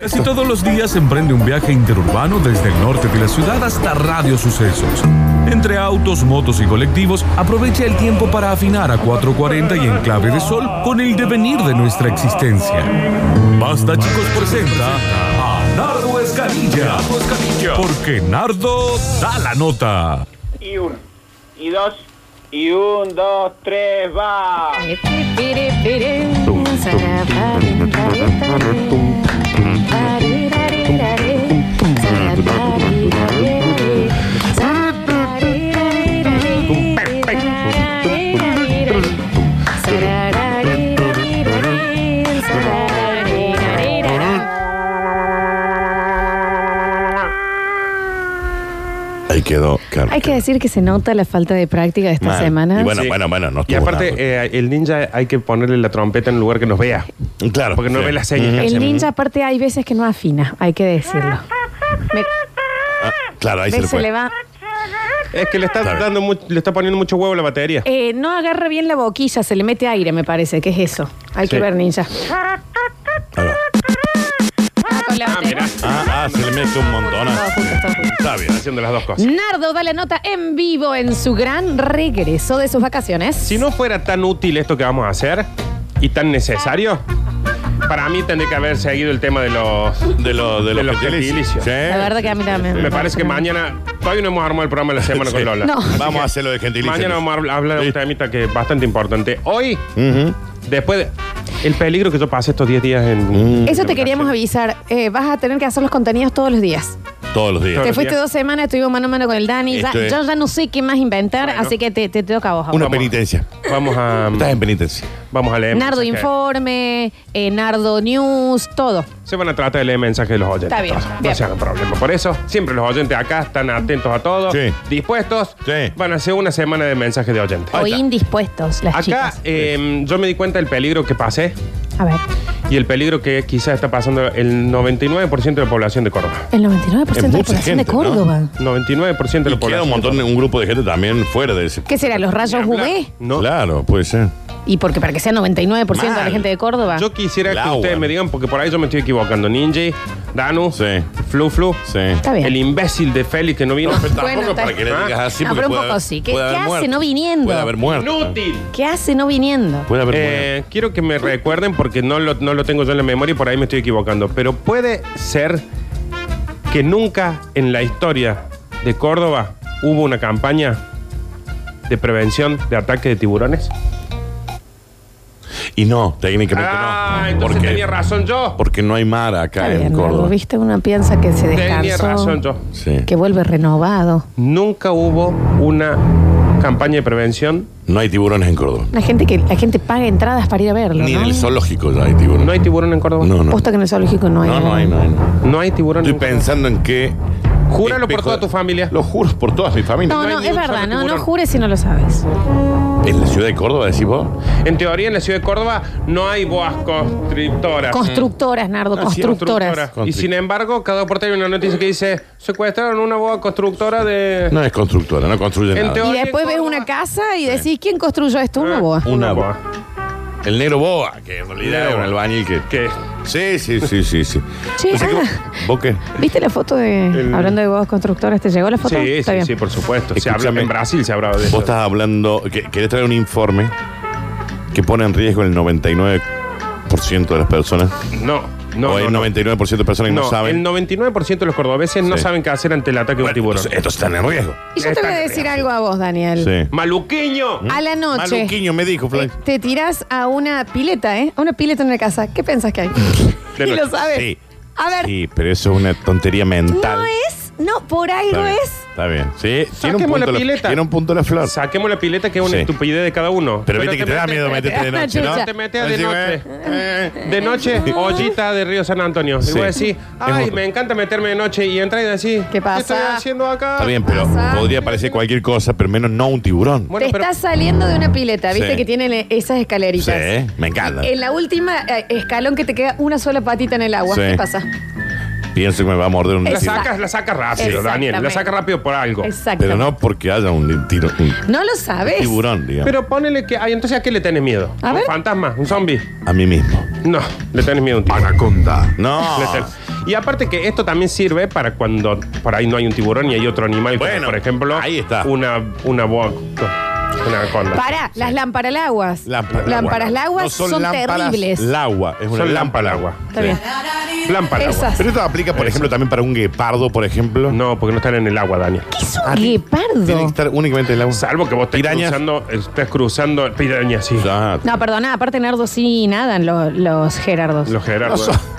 Casi todos los días emprende un viaje interurbano desde el norte de la ciudad hasta Radio Sucesos. Entre autos, motos y colectivos, aprovecha el tiempo para afinar a 440 y Enclave de Sol con el devenir de nuestra existencia. Basta chicos presenta a Nardo Escanilla, porque Nardo da la nota. Y uno, y dos, y un, dos, tres, va. Ahí quedó, claro. Hay que decir que se nota la falta de práctica de esta Mal. semana. Y bueno, Sí. bueno, bueno, no Y estuvo aparte, nada. eh, el ninja hay que ponerle la trompeta en un lugar que nos vea. claro. Porque no sí. ve las señas. que el hacemos. ninja aparte hay veces que no afina, hay que decirlo. Me- Ah, claro, ahí ¿ves? se le se fue. le va. Es que le está, Claro. dando mu- le está poniendo mucho huevo a la batería. Eh, no agarra bien la boquilla, se le mete aire, me parece, que es eso. Hay Sí. que ver, ninja. Ahí va. Ah, con la batería. Ah, ah, se le mezcla un montón. Todo junto, todo junto. Está bien. Haciendo las dos cosas. Nardo da la nota en vivo en su gran regreso de sus vacaciones. Si no fuera tan útil esto que vamos a hacer y tan necesario, para mí tendría que haber seguido el tema de los. De, lo, de, De los los gentilices. gentilicios. Sí. La verdad que a mí también. eh, Me parece que mañana. Todavía no hemos armado el programa de la semana Sí. con Lola. No. Vamos a hacer lo de gentilicios. Mañana vamos a habl- hablar de un Sí. temita que es bastante importante. Hoy, Ujú. después de- El peligro que yo pasé estos 10 días Mm. en. Eso te en queríamos avisar. Eh, vas a tener que hacer los contenidos todos los días. Todos los días. Te los fuiste días. dos semanas, estuvimos mano a mano con el Dani. Ya, Esto es- yo ya no sé qué más inventar, Bueno. así que te, te toca a vos. Una ahora. penitencia. Vamos a. Estás en penitencia. Vamos a leer. Nardo mensajes. Informe, eh, Nardo News, todo. Se van a tratar de leer mensajes de los oyentes. Está bien, entonces. bien. No se hagan problema. Por eso, siempre los oyentes acá están atentos a todo. Sí. Dispuestos. Sí. Van a hacer una semana de mensajes de oyentes. O está. indispuestos, las Acá chicas. eh, yo me di cuenta del peligro que pasé A ver, y el peligro que quizás está pasando el 99% de la población de Córdoba. el 99% de Es la mucha población de gente, ¿no? Córdoba. 99% Y de la queda población. un montón, un grupo de gente también fuera de ese. ¿Qué será? ¿Los rayos Ni hablar. UV? No. Claro, puede ser. Y porque para que sea 99% de la Mal. gente de Córdoba. Yo quisiera que Lauer. ustedes me digan, porque por ahí yo me estoy equivocando. Ninja, Danu, Sí. Flu Flu, Sí. Está bien. el imbécil de Félix que no vino. No, pero tampoco Bueno, está- para que le digas así. No, porque pero un puede poco haber- sí. ¿Qué- puede qué haber hace muerto. no viniendo? Puede haber muerto. ¡Inútil! ¿Qué hace no viniendo? Puede haber muerto. Eh, quiero que me recuerden porque no lo, no lo tengo yo en la memoria y por ahí me estoy equivocando. Pero puede ser que nunca en la historia de Córdoba hubo una campaña de prevención de ataque de tiburones. Y no, técnicamente Ah, no. entonces porque, tenía razón yo. Porque no hay mar acá Está en bien, Nardo, Córdoba. ¿viste? Uno piensa que se Tenía descansó, razón yo. Sí. que vuelve renovado. Nunca hubo una campaña de prevención. No hay tiburones en Córdoba. La gente que la gente paga entradas para ir a verlo, Ni ¿no? en el zoológico ya hay tiburones. ¿No hay tiburón en Córdoba? no, no. Posta que en el zoológico no hay. No, no hay, no hay. no. No hay tiburón Estoy en Córdoba. pensando en que. Júralo por espejo- toda tu familia. Lo juro por toda mi familia. No, No hay no, ni es un verdad, solo no, no tiburón. jures si no lo sabes. ¿En la ciudad de Córdoba decís vos? En teoría, en la ciudad de Córdoba no hay boas constrictoras. Constructoras, Nardo, Ah, sí, constructoras. Y sin embargo, cada portal hay una noticia que dice: secuestraron una boa constructora de. No es constructora, no construye En nada. Y teoría- después ves Córdoba. una casa y decís, ¿quién construyó esto? Una Ah. boa. Una boa. El negro boa, que en realidad Negro es un boa. albañil que. Que Sí, sí, sí, sí. sí. Che, Entonces, ¿cómo- ah. ¿Vos qué? ¿Viste la foto de. El- Hablando de boas constructoras, ¿te llegó la foto? Sí, Está sí, bien. sí, por supuesto. Se Escúchame. habla en Brasil se hablaba de Vos eso. estás hablando, que, querés traer un informe que pone en riesgo el 99% de las personas. No, no. o no, el no. 99% de personas que no, No, saben. el 99% de los cordobeses no Sí. saben qué hacer ante el ataque de un Bueno, tiburón. entonces, eh. estos están en riesgo. Y yo te voy a decir algo a vos, Daniel. Sí. ¡Maluqueño! A la noche. ¿Mm? Eh, Maluquiño me dijo, Te, Flavio. te tiras a una pileta, ¿eh? A una pileta en una casa. ¿Qué pensás que hay? De y lo noche. sabes. Sí. A ver, Sí, pero eso es una tontería mental. no es, no, por ahí Está no bien, es. Está bien. Sí, tiene un, Saquemos punto la la, pileta. tiene un punto la flor. Saquemos la pileta que es una Sí. estupidez de cada uno. Pero viste que te da metes- miedo meterte de te- noche, ¿no? te- te metes de Así, noche. eh, eh. De noche, ollita de Río San Antonio. Sí. Y vos Es decís, ay, un- me encanta meterme de noche y entra y decís, ¿Qué pasa? estoy haciendo acá? Está bien, pero Pasa. podría parecer cualquier cosa, pero menos no un tiburón. Bueno, te pero- estás saliendo de una pileta, viste Sí. que tienen eh, esas Sí, escaleritas. me encanta. En la última eh, escalón que te queda una sola patita en el agua. Sí. ¿Qué pasa? Pienso que me va a morder un La Exacto. tiburón. sacas, la sacas rápido, Daniel. La Exactamente. sacas rápido por algo. Exacto. Pero no porque haya un, tiro, un No lo sabes. tiburón, digamos. Pero ponele que. Ay, entonces a qué le tenés miedo? A ¿Un ver. fantasma? ¿Un zombie? a mí mismo. No, le tenés miedo a un tiburón. Anaconda. No. Le tenés- Y aparte que esto también sirve para cuando por ahí no hay un tiburón y hay otro animal, como Bueno, por ejemplo, ahí está. una una boa- una anaconda. Pará, las lámparas al agua. Lámpara al agua. lámparas al agua No son, lámparas terribles. al agua. Es una Son lámpara lámpara al al agua. Está bien. Plan para el agua. Esas. Pero esto aplica, por ejemplo, también para un guepardo, por ejemplo. No, porque no están en el agua, Daniel. ¿Qué es un guepardo? Ah, Tiene que estar únicamente en el agua. Salvo que vos estés Pirañas. cruzando, estés cruzando pirañas, sí. Ah, No, perdona, aparte Nardo sí nadan los, los Gerardos. Los Gerardos. No son-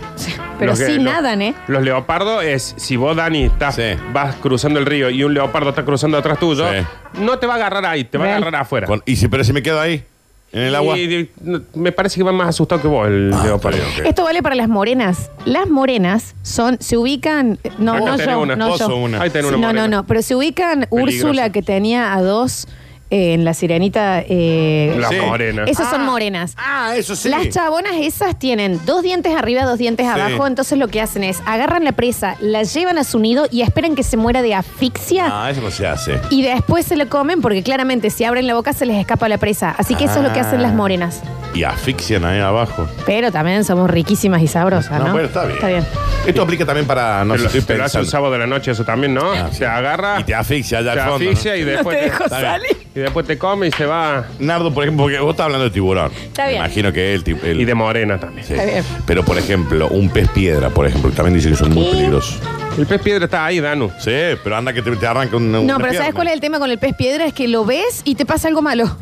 Pero Los que- sí los- nadan, ¿eh? Los leopardos es, si vos, Dani, estás, Sí. vas cruzando el río y un leopardo está cruzando atrás tuyo, Sí. no te va a agarrar ahí, te va a Real. agarrar afuera. con- y si, pero si me quedo ahí, en el agua. Ah, Y- y- no, me parece que va más asustado que vos el leopardo. está bien, ok. Esto vale para las morenas. Las morenas son, se ubican, no, Acá no tenés yo, una, no vos yo. sos una. Ahí tenés una no, no, morena. no, pero se ubican Úrsula que tenía a dos eh, en la sirenita. eh, La Sí. morena. Esas son morenas. Ah, eso sí. Las chabonas esas tienen dos dientes arriba, dos dientes Sí. abajo, entonces lo que hacen es agarran la presa, la llevan a su nido y esperan que se muera de asfixia. Ah, eso no se hace. Y después se lo comen porque claramente si abren la boca se les escapa la presa. Así que eso es lo que Ah. hacen las morenas. Y asfixian ahí abajo. Pero también somos riquísimas y sabrosas, Ah, ¿no? No, bueno, está bien. Está bien. Esto aplica también para. No Te sé, lo, estoy te lo hace un pensando. sábado de la noche eso también, ¿no? Ah, te sí. agarra, Y te asfixia allá te al fondo. ¿no? asfixia y después te dejo Está bien. salir. Y después te come y se va. Nardo, por ejemplo, porque vos estás hablando de tiburón. Está Me bien. imagino que el, tib- el- Y de morena también. sí. Está bien. Pero, por ejemplo, un pez piedra, por ejemplo, que también dice que son muy ¿Qué? peligrosos. El pez piedra está ahí, Danu. Sí, pero anda que te, te arranca un No, pero ¿sabes cuál es el tema con el pez piedra? Es que lo ves y te pasa algo malo.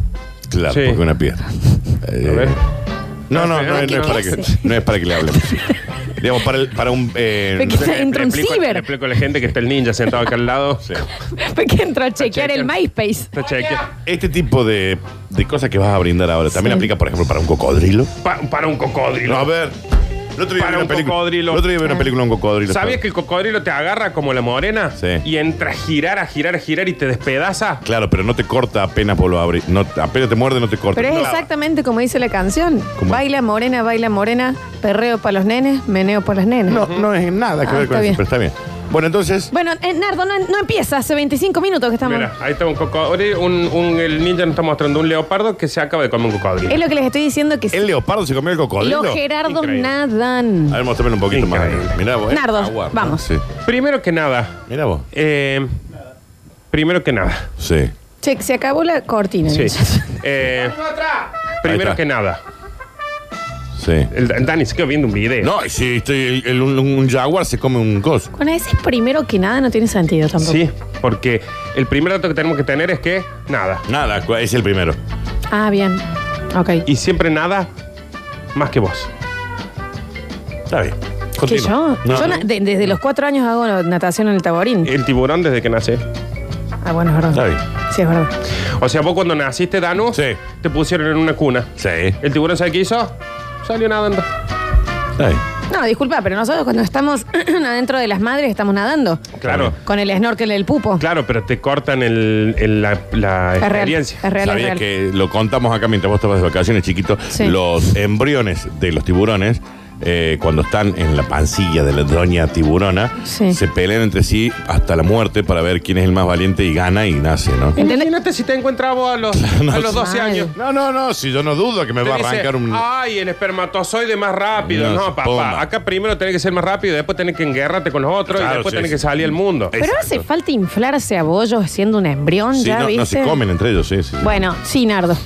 Claro, Sí. porque una piedra. Eh, A ver. No, no, no, no ¿Qué es para que, hace? no es para que le hablemos. Digamos, para, el- para un. eh, Pero que- Entra un explico, ciber. le explico a la gente que está el ninja sentado acá al lado. Porque entro a chequear el chequeando. MySpace. Está cheque. este tipo de, de cosas que vas a brindar ahora también Sí. aplica, por ejemplo, para un cocodrilo. Pa- para un cocodrilo. No, a ver. El otro día Para vi una un película- cocodrilo. El otro día vi Ah. una película de un cocodrilo. ¿Sabías que el cocodrilo te agarra como la morena? Sí. Y entra a girar, a girar, a girar y te despedaza. Claro, pero no te corta apenas vos lo abrís. No, apenas te muerde, no te corta. Pero es No. exactamente como dice la canción. ¿Cómo? Baila morena, baila morena, perreo para los nenes, meneo para las nenas. No, no es nada que Ah, ver está con eso, bien. pero está bien. Bueno, entonces. Bueno, eh, Nardo, no, no empieza, hace 25 minutos que estamos. Mira, ahí está un cocodrilo. Un, un- el ninja nos está mostrando un leopardo que se acaba de comer un cocodrilo. Es lo que les estoy diciendo que sí. ¿El leopardo se comió el cocodrilo? Los Gerardos Increíble. nadan. A ver, mostrámelo un poquito Increíble. más. Mirá vos. eh. Nardo, Agua, ¿no? vamos. Sí. Primero que nada. Mirá vos. eh, primero que nada. Sí. Che, se acabó la cortina. Sí. niños. Eh, Ahí primero está. que nada. Sí. El, el Dani se quedó viendo un video. No, y si estoy- el- el- un, un jaguar se come un coso. Bueno, ese es primero que nada no tiene sentido tampoco. Sí, porque el primer dato que tenemos que tener es que nada. Nada, cu- es el primero. Ah, bien. Ok. Y siempre nada más que vos. Está bien. ¿Que Continúa. yo? No, Yo no. Eh. na- de- desde los cuatro años hago natación en el taborín. El tiburón desde que nace. Ah, bueno, es verdad. Está bien. Sí, es verdad. O sea, vos cuando naciste, Danu, Sí. te pusieron en una cuna. Sí. ¿El tiburón sabe qué hizo? Salió nadando. Está bien. No, disculpa, pero nosotros cuando estamos adentro de las madres estamos nadando. Claro. Con el snorkel del pupo. Claro, pero te cortan el, el- la, la Es real. Eh, experiencia. Es real, es real. Sabías que lo contamos acá mientras vos estabas de vacaciones, chiquito. Sí. Los embriones de los tiburones, eh, cuando están en la pancilla de la doña tiburona, Sí. se pelean entre sí hasta la muerte para ver quién es el más valiente y gana y nace, ¿no? ¿Entendés? Imagínate si te encuentras vos a los, a los 12 Mal. años. No, no, no, si yo no dudo que me Te va a dice, arrancar un. Ay, el espermatozoide más rápido. No, No, papá. bomba. Acá primero tenés que ser más rápido, después tenés que enguerrarte con los otros Claro, y después sí, tenés sí. que salir al mundo. Eh, Pero Exacto. hace falta inflarse a bollos siendo un embrión, Sí, ¿ya no, viste? no se comen entre ellos, sí, sí. sí. Bueno, sí, Nardo.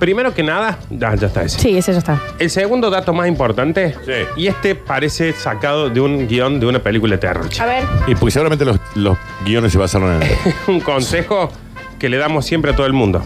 Primero que nada, ya, ya está ese. Sí, ese ya está. El segundo dato más importante, Sí. y este parece sacado de un guión de una película de terror. chico. A ver. Y pues seguramente los, los guiones se basaron en. un consejo que le damos siempre a todo el mundo,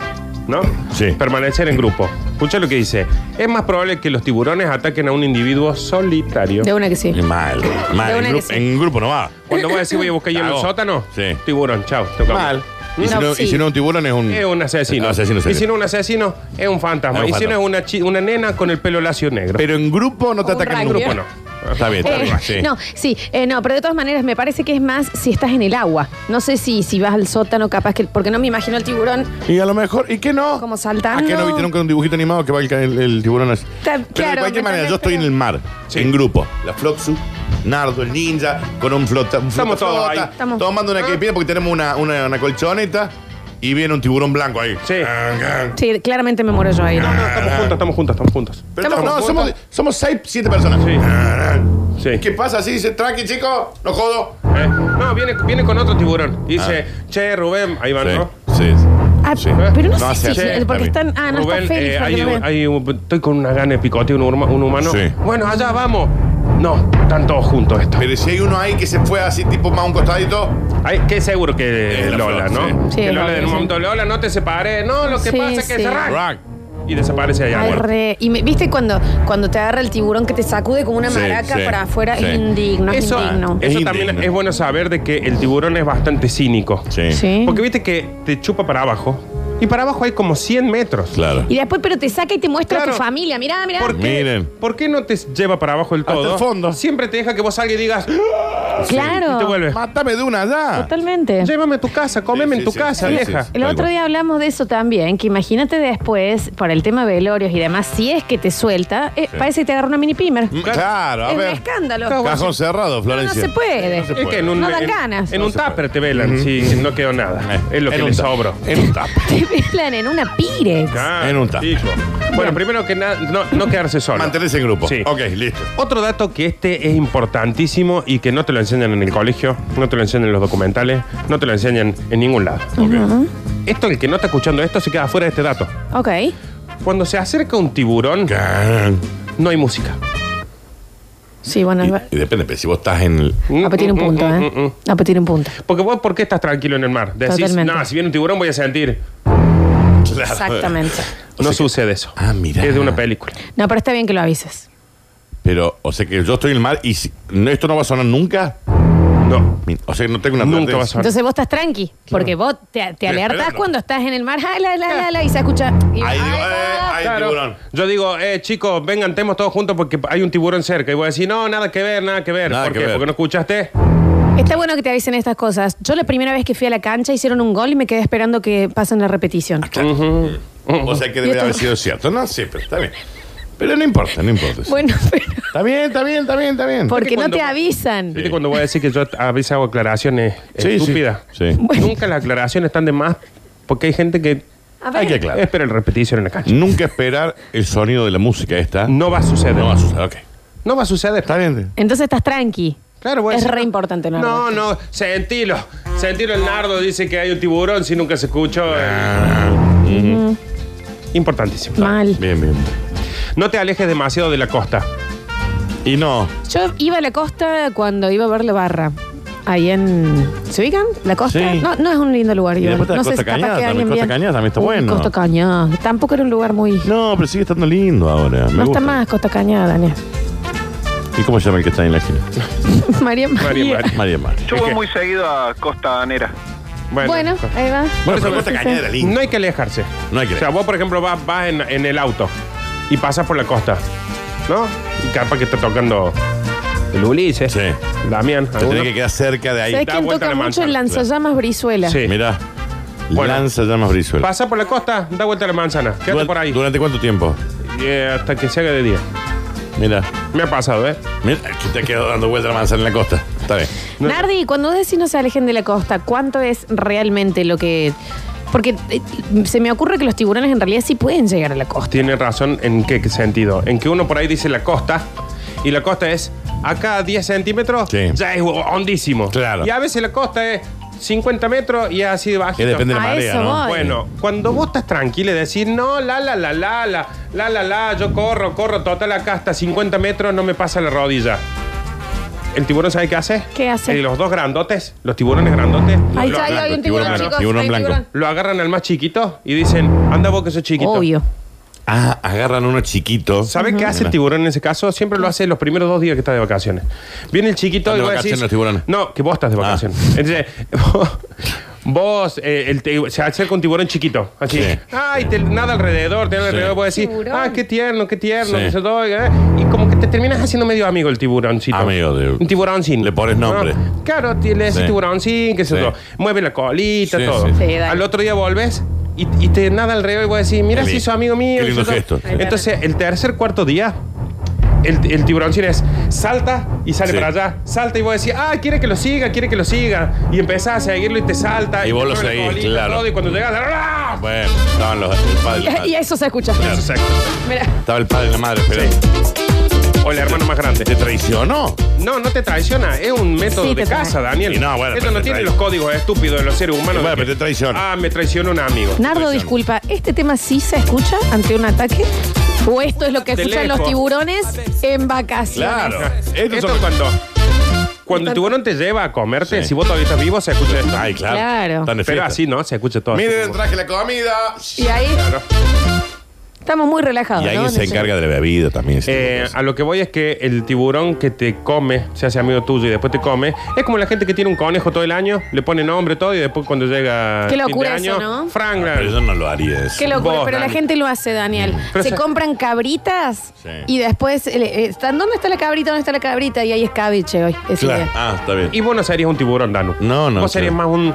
¿no? Sí. Permanecer en grupo. Escucha lo que dice. Es más probable que los tiburones ataquen a un individuo solitario. De una que sí. mal, mal. De una En, que gru- sí. en grupo no va. Cuando vos decís voy a buscar hielo en el Cago. sótano, Sí. tiburón, chao. te cambio. Mal. Y si, No, no, y sí. si no, un tiburón es un. Es un asesino. asesino y serio. si no es un asesino, es un fantasma. Es un y si no fantasma. es una, chi- una nena con el pelo lacio negro. Pero en grupo no te Un atacan en rugby. grupo, Grupo no. no. Está bien, está Eh, bien. Sí. No, sí, eh, no, pero de todas maneras me parece que es más si estás en el agua. No sé si, si vas al sótano, capaz que. Porque no me imagino al tiburón. Y a lo mejor, ¿y qué no? Como saltando. ¿A qué no viste nunca un dibujito animado que va el, el- el tiburón así? Ta- Pero de claro, cualquier me este manera, entendés, yo estoy en pero- el mar, Sí. en grupo. La Floxu, Nardo, el ninja, con un flota. un Estamos flota- todos flota, ahí. Estamos- Tomando una Ah. quepina porque tenemos una, una, una colchoneta. Y viene un tiburón blanco ahí. Sí. Sí, claramente me muero yo ahí. No, no, estamos juntos, estamos juntos, estamos juntos. Pero Estamos no, con no, cuota. somos, somos seis, siete personas. Sí. Sí. ¿Qué pasa? Así dice, tranqui, chico, no jodo. Eh, No, viene, viene con otro tiburón. Dice, che, Rubén, ahí van, ¿no? Ah. Sí. Ah, Sí. pero no, No sé hace si- así. porque están. Ah, no Rubén, está Félix. eh, lo hay que un- veo. hay un- estoy con una gana de picoteo, un, huma- un humano. Sí. Bueno, allá vamos. No, están todos juntos estos. Pero si hay uno ahí que se fue así, tipo más a un costadito. Ay, que seguro que Eh, la Lola, flor, ¿no? sí. Sí, Que Lola Lola, en un sí. momento, Lola, no te separes. No, lo que Sí, pasa es que sí. se arranca. Rack. Y desaparece allá. Ay, Bueno. re- y me- viste cuando, cuando te agarra el tiburón que te sacude como una Sí, maraca sí, para afuera, sí. es indigno, es Eso, eh, indigno. eso Es también indigno. es bueno saber de que el tiburón es bastante cínico. Sí. Sí. eh, Porque viste que te chupa para abajo. Y para abajo hay como 100 metros. Claro. Y después, pero te saca y te muestra a Claro. tu familia. Mirá, mirá. ¿Por qué, Miren. ¿Por qué no te lleva para abajo el Hasta todo? el fondo. Siempre te deja que vos salgas y digas, "¡Ah!" claro. y te vuelves. Mátame de una ya. Totalmente. Llévame a tu casa, cómeme sí, en tu sí, casa, sí, vieja. sí, sí. El Tal otro cual. día hablamos de eso también, que imagínate después, por el tema de velorios y demás, si es que te suelta, eh, parece que te agarra una mini pimer. Mm, Claro, a es un ver. escándalo. Claro, Cajón cerrado, Florencia. No, no se puede. No se Es que en un, No dan en- ganas. En No un se puede. tupper te velan, si no quedó nada. Es lo que Eh, En les un sobró. tap. En un tap. Te velan en una pirex. Ah, En un tupper. chico. Bueno, primero que nada, no, no quedarse solo. Mantenerse en grupo. Sí. Ok, listo. Otro dato que este es importantísimo y que no te lo enseñan en el colegio, no te lo enseñan en los documentales, no te lo enseñan en ningún lado. Esto, el que no está escuchando esto, se queda fuera de este dato. Ok. Cuando se acerca un tiburón, no hay música. Sí, bueno, Y, es ver- y depende, pero si vos estás en el. Ah, pero tiene un punto, Mm, mm, mm, ¿eh? mm. Ah, pero tiene un punto. Porque vos, ¿por qué estás tranquilo en el mar? Decís, Totalmente. no, si viene un tiburón voy a sentir. Claro. Exactamente. No sucede eso. Ah, mirá. Es de una película. No, pero está bien que lo avises. Pero, o sea que yo estoy en el mar y si- no, esto no va a sonar nunca. No. O sea que no tengo una Nunca advertencia. va a sonar. Entonces vos estás tranqui, porque vos te, te alertás esperando. cuando estás en el mar, ja, la, la, la, la, y se escucha. y- Ahí digo, Ay, eh, va. ahí Claro. tiburón. Yo digo, eh, chicos, vengan, estemos todos juntos porque hay un tiburón cerca. Y voy a decir, no, nada que ver, nada que ver. Nada ¿Por que qué? ver. Porque no escuchaste. Está bueno que te avisen estas cosas. Yo la primera vez que fui a la cancha hicieron un gol y me quedé esperando que pasen la repetición. O sea que debería haber sido cierto. No, sí, pero está bien. Pero no importa, no importa. Bueno, pero Está bien, está bien, está bien, está bien. porque no cuando- te avisan. ¿Viste cuando voy a decir que yo a veces hago aclaraciones Sí, estúpidas? sí, sí. Bueno. Nunca las aclaraciones están de más porque hay gente que A ver. Hay que aclarar. espera el repetición en la cancha. Nunca esperar el sonido de la música esta. No va a suceder. No va a suceder, ok. No va a suceder. Está bien. Entonces estás tranqui. Claro, voy a Es decir, re importante, ¿no? No, no, sentilo. Sentilo el nardo, dice que hay un tiburón si nunca se escuchó. Ah, eh. Importantísimo. Mal. Bien, bien. No te alejes demasiado de la costa. Y no. Yo iba a la costa cuando iba a ver la barra. Ahí en. ¿Se ubican? La costa. Sí. No, no es un lindo lugar. yo. después está no Costa capaz Cañada, que también alguien Costa bien- Cañada también está Uy, bueno. Costa Cañada. Tampoco era un lugar muy. No, pero sigue estando lindo ahora. no Me está gusta. más Costa Cañada, Daniel. ¿Y cómo se llama el que está en la esquina? María María. María, María. María Mar. Yo Es voy que- muy seguido a Costanera. Bueno, ahí va. Bueno, pero pero Costa Costa Cañada era lindo. No hay que alejarse. No hay que O sea, vos, por ejemplo, vas, vas en, en el auto y pasas por la costa, ¿no? Y capaz que está tocando el Ulises, Sí. Damián, Se alguno. tiene que quedar cerca de ahí. ¿Sabes da quién toca vuelta a la mucho manzana, el lanzallamas Brizuela? Sí. Mirá. Bueno. Lanza llamas Brizuela. Pasa por la costa, da vuelta a la manzana, quédate Duran- por ahí. ¿Durante cuánto tiempo? Eh, hasta que se haga de día. Mira. Me ha pasado, ¿eh? Mira, que te quedó dando vuelta la manzana en la costa. Está bien. No. Nardi, cuando vos decís no se alejen de la costa, ¿cuánto es realmente lo que.? Porque eh, se me ocurre que los tiburones en realidad sí pueden llegar a la costa. Tiene razón en qué sentido. En que uno por ahí dice la costa y la costa es acá 10 centímetros, Sí. ya es hondísimo. Claro. Y a veces la costa es 50 metros y es así de bajito. Que depende de la A marea, eso ¿no? voy. Bueno, cuando vos estás tranquilo y decís, no, la, la, la, la, la, la, la, la, yo corro, corro, total, acá hasta 50 metros no me pasa la rodilla. ¿El tiburón sabe qué hace? ¿Qué hace? Eh, los dos grandotes, los tiburones grandotes, Ahí lo, está, ahí blanco, hay un tiburón tiburón, blanco, chicos. tiburón hay un blanco. lo agarran al más chiquito y dicen, anda vos que sos chiquito. Obvio. Ah, agarran uno chiquito. ¿Sabe qué hace el tiburón en ese caso? Siempre lo hace los primeros dos días que está de vacaciones. Viene el chiquito Están y de vos vacaciones decís, los tiburones. No, que vos estás de Ah. vacaciones. Entonces, vos, vos, eh, el te- se acerca un tiburón chiquito. Así. Sí. Ay, te- nada alrededor, te nada Sí. alrededor. Vos decís, Tiburón. ah, qué tierno, qué tierno, Sí. que se doy, eh. Y como que te terminas haciendo medio amigo el tiburoncito. Amigo de- Un tiburoncín. Le pones nombre. Ah, claro, te- le decís Sí. tiburoncín, qué sé Sí. yo. Mueve la colita, Sí, todo. sí. Sí, dale. Al otro día volves y, y te nada alrededor y vos decís, mira Qué si lindo. hizo amigo mío. Qué lindo hizo todo". gesto. Entonces, el tercer, cuarto día, el, el tiburoncín es salta y sale Sí. para allá, salta y vos decís, ah, quiere que lo siga, quiere que lo siga. Y empezás a seguirlo y te salta. Y vos te lo pone la seguís, colita, claro. todo, y cuando llegas, ¡ah! Bueno, estaban los, el padre y la Y madre. eso se escucha. Claro. Exacto. Mira, Estaba el padre y la madre, pero O el hermano más grande. te traicionó. No, no te traiciona, es un método Sí, de te tra- casa, Daniel. Y no, bueno, Esto pero no te tiene tra- los códigos estúpidos de los seres humanos. Y bueno, de pero te traiciona. Ah, me traiciona un amigo. Nardo, disculpa, ¿este tema sí se escucha ante un ataque? ¿O esto es lo que De escuchan lejos. los tiburones en vacaciones? Claro. Estos Esto, son- cuando, cuando el tiburón te lleva a comerte, Sí. si vos todavía estás vivo, se escucha esto. Ay, claro. Claro. Están de Pero fiesta. así, ¿no? Se escucha todo. así Miren, como- traje la comida. Y ahí Claro. estamos muy relajados. Y ¿no? alguien se No sé. encarga de la bebida también. ese tipo de Eh, cosas. a lo que voy es que el tiburón que te come, se hace amigo tuyo y después te come, es como la gente que tiene un conejo todo el año, le pone nombre todo y después cuando llega Qué fin de locura eso, año, ¿no? Franklin. Ah, Pero yo no lo haría eso. Qué locura, Vos, pero la Dani. gente lo hace, Daniel. Pero se se- compran cabritas Sí. y después eh, están, ¿dónde está la cabrita? ¿Dónde está la cabrita? Y ahí es cabiche hoy. ese Claro. día. Ah, está bien. Y vos no serías un tiburón, Danu. No, no, Vos serías claro. más un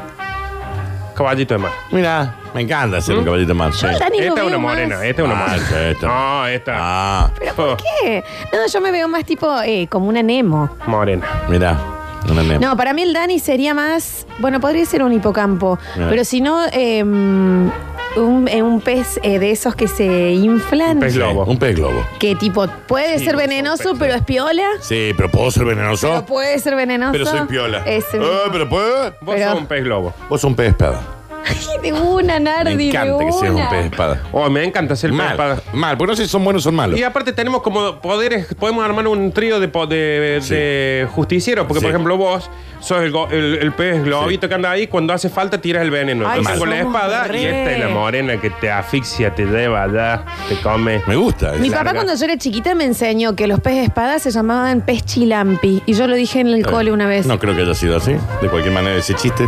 caballito de mar. Mira, me encanta hacer un caballito más. Sí. ¿Mm? Yo al Dani lo Esta es veo una más- morena, esta es una Ah, morena. esta, esta. No, esta. Oh, Ah, ¿Pero por qué? No, yo me veo más tipo eh, como una Nemo. Morena. mira, una nena. No, para mí el Dani sería más. Bueno, podría ser un hipocampo, Ah. pero si no, eh, un, eh, un pez eh, de esos que se inflan. Un pez Sí, globo. Un pez globo. Que tipo, puede Sí, ser no son venenoso, peces. pero es piola. Sí, pero puedo ser venenoso. Pero puede ser venenoso. Oh. Pero soy piola. Ese Eh, mismo. pero puedo. Vos Pero- sos un pez globo. Vos sos un pez espada. Ay, de una, Nardi, Me encanta de que seas un una. pez espada. Oh, me encanta ser pez Mal, espada. mal, porque no sé si son buenos o son malos. Y aparte tenemos como poderes, podemos armar un trío de, po- de, Sí. de justicieros, porque Sí. por ejemplo vos sos el, go- el- el pez globito que anda ahí, cuando hace falta tiras el veneno. Ay, Entonces, con la somos espada re. y esta es la morena que te asfixia, te lleva allá, te come. Me gusta. eso. Mi Larga. papá cuando yo era chiquita me enseñó que los peces espadas se llamaban pez chilampi. Y yo lo dije en el cole una vez. Ah. No creo que haya sido así. De cualquier manera, ese chiste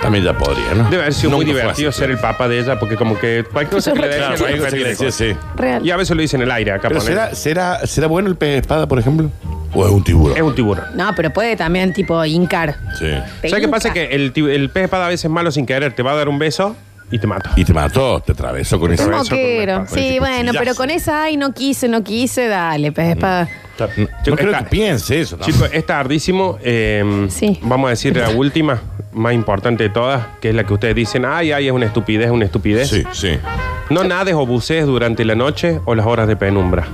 también ya podría, ¿no? Debe haber sido muy Nunca fue divertido así. ser el papá de ella, porque como que cualquier cosa que le Claro, cualquier cosa que le den, decía, sí. Real. Y a veces lo dice en el aire acá. Pero ponele. será, será, ¿será bueno el pez espada, por ejemplo? ¿O es un tiburón? Es un tiburón. No, pero puede también tipo hincar. Sí. Te ¿Sabes qué hinca. pasa? Que el, ti- el pez espada a veces es malo sin querer, te va a dar un beso y te mata. Y te mató, te atravesó con ese Es beso. moquero. espada. Con Sí, ese bueno, cuchillazo. pero con esa, ay, no quise, no quise, dale, pues, pez espada. No, no creo que piense eso. ¿no? Chicos, es tardísimo. eh, Sí. Vamos a decir la última, más importante de todas, que es la que ustedes dicen, ay, ay, es una estupidez, es una estupidez. Sí, sí. No nades o bucees durante la noche o las horas de penumbra.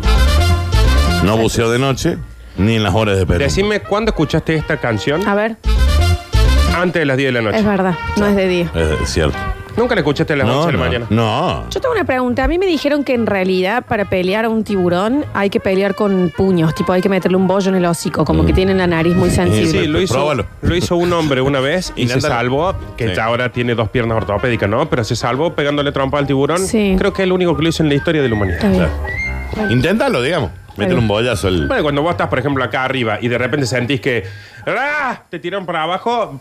No buceo de noche ni en las horas de perro. Decime, ¿cuándo escuchaste esta canción? A ver, Antes de las 10 de la Ah, es noche. verdad, no es de día. Es cierto. Nunca la escuchaste a las 11 No, de la no, mañana. no. Yo tengo una pregunta. A mí me dijeron que en realidad para pelear a un tiburón hay que pelear con puños, tipo hay que meterle un bollo en el hocico, como que tienen la nariz muy sensible. Sí, lo hizo, Próbalo. lo hizo un hombre una vez y se Inténtalo. salvó, que Sí. ya ahora tiene dos piernas ortopédicas, ¿no? Pero se salvó pegándole trompa al tiburón. Sí. Creo que es el único que lo hizo en la historia de la humanidad. Está bien. Inténtalo, digamos. Métele bien. un bollazo al. Bueno, cuando vos estás, por ejemplo, acá arriba y de repente sentís que ¡ah! te tiran para abajo,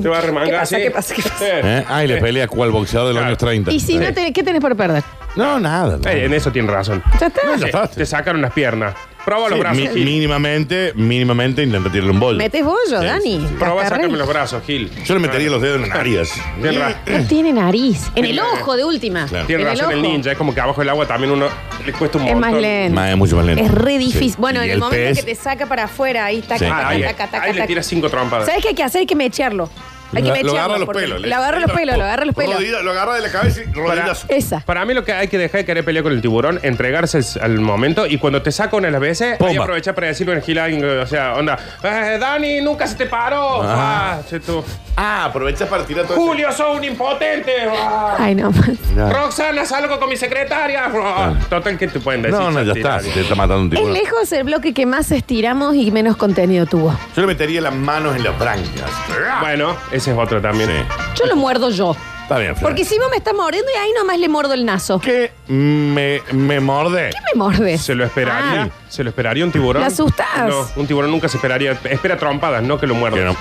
te va a Mm. remangar. ¿Qué pasa, así. qué pasa, qué pasa? Eh, ¿Eh? Ay, le pelea cual boxeador de los Claro. años 30. Y si no, Sí. te- ¿qué tenés por perder? No, nada. no. eh, en eso tiene razón. Ya está. Ya Eh, está. te sacaron las piernas. Proba los Sí, brazos, mi- Gil. mínimamente, mínimamente intenta tirarle un bollo. Metes bollo, Sí, Dani. sí, sí. Proba a Hasta sacarme re- los brazos, Gil. Yo le metería los dedos en la nariz. así. Tiene, ra- No tiene nariz. En el ojo, de última. Claro. tiene En el razón el, ojo. ninja. Es como que abajo del agua también uno le cuesta un Es montón. más lento. Más- es mucho más lento. Es re difícil. Sí. Bueno, Y en el el momento pez- que te saca para afuera, ahí taca, Sí. Ah, taca, ahí, taca, taca, ahí le taca. tiras cinco trompadas. ¿Sabes qué hay que hacer? Hay que mechearlo. Hay que Lo- lo mechearlo. agarra los porque- pelos. le- Lo agarra los pelos, lo agarra los pelos. Rodilla- lo agarra de la cabeza y rodillazo. Esa. Para mí lo que hay que dejar de querer pelear con el tiburón, entregarse al- al momento y cuando te saca una de las veces, hay que Pumba. aprovechar para decirle en gila, o sea, onda, "Eh, Dani, nunca se te paró. Ah. Ah, se tu- Ah, aprovechas para tirar todo. Julio, sos un impotente. Ah. Ay, no. Es Ya. Roxana, salgo con mi secretaria. Ah. Total, que te pueden decir? No, no, ya está. secretaria? Se te está matando un tiburón. lejos el bloque que más estiramos y menos contenido tuvo. Yo le metería las manos en las branquias. Ah. Bueno, ese es otro también. Sí. Yo lo muerdo yo. Está bien, Flor. Porque si vos me estás mordiendo y ahí nomás le mordo el nazo. ¿Qué que me, me morde. me mordes? Se lo esperaría, Pues, Ah, se lo esperaría un tiburón. Lo asustás. No, un tiburón nunca se esperaría. Espera trompadas, no que lo muerda. Que no.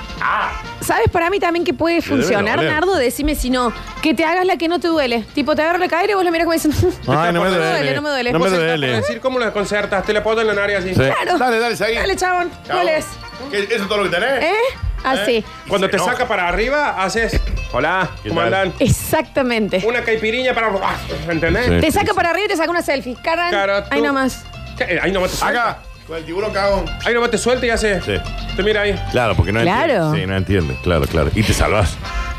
¿Sabes para mí también que puede funcionar, doler. Nardo? Decime si no. Que te hagas la que no te duele. Tipo, te agarro la cadera y vos la mirás como diciendo... Ay, no me No me duele. duele, no me duele. No me Vos estás por duele. decir, ¿cómo lo desconcertas? Te la apoyo en la nariz Sí. así. Claro. Dale, dale, seguí. Dale, chabón. Chao. ¿Cuál es? ¿Qué- ¿Eso es todo lo que tenés? ¿Eh? Así. Cuando Se te enoja. saca para arriba, haces. Hola, ¿Qué ¿cómo tal? andan? Exactamente. Una caipiriña para. ah, ¿Entendés? Sí. Te saca para arriba y te saca una selfie. Caran, Claro, tú- ahí nomás. Eh, Ahí nomás te suelta. Acá. Con el tiburón cagón. Ahí nomás te suelta y hace. Sí. Te mira ahí. Claro, porque no Claro. entiende. Sí, no entiende. Claro, claro. Y te salvas.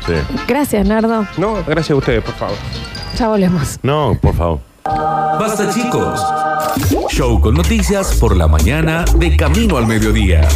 Sí. Gracias, Nardo. No, gracias a ustedes, por favor. Ya volvemos. No, por favor. Basta chicos. Show con noticias por la mañana de camino al mediodía.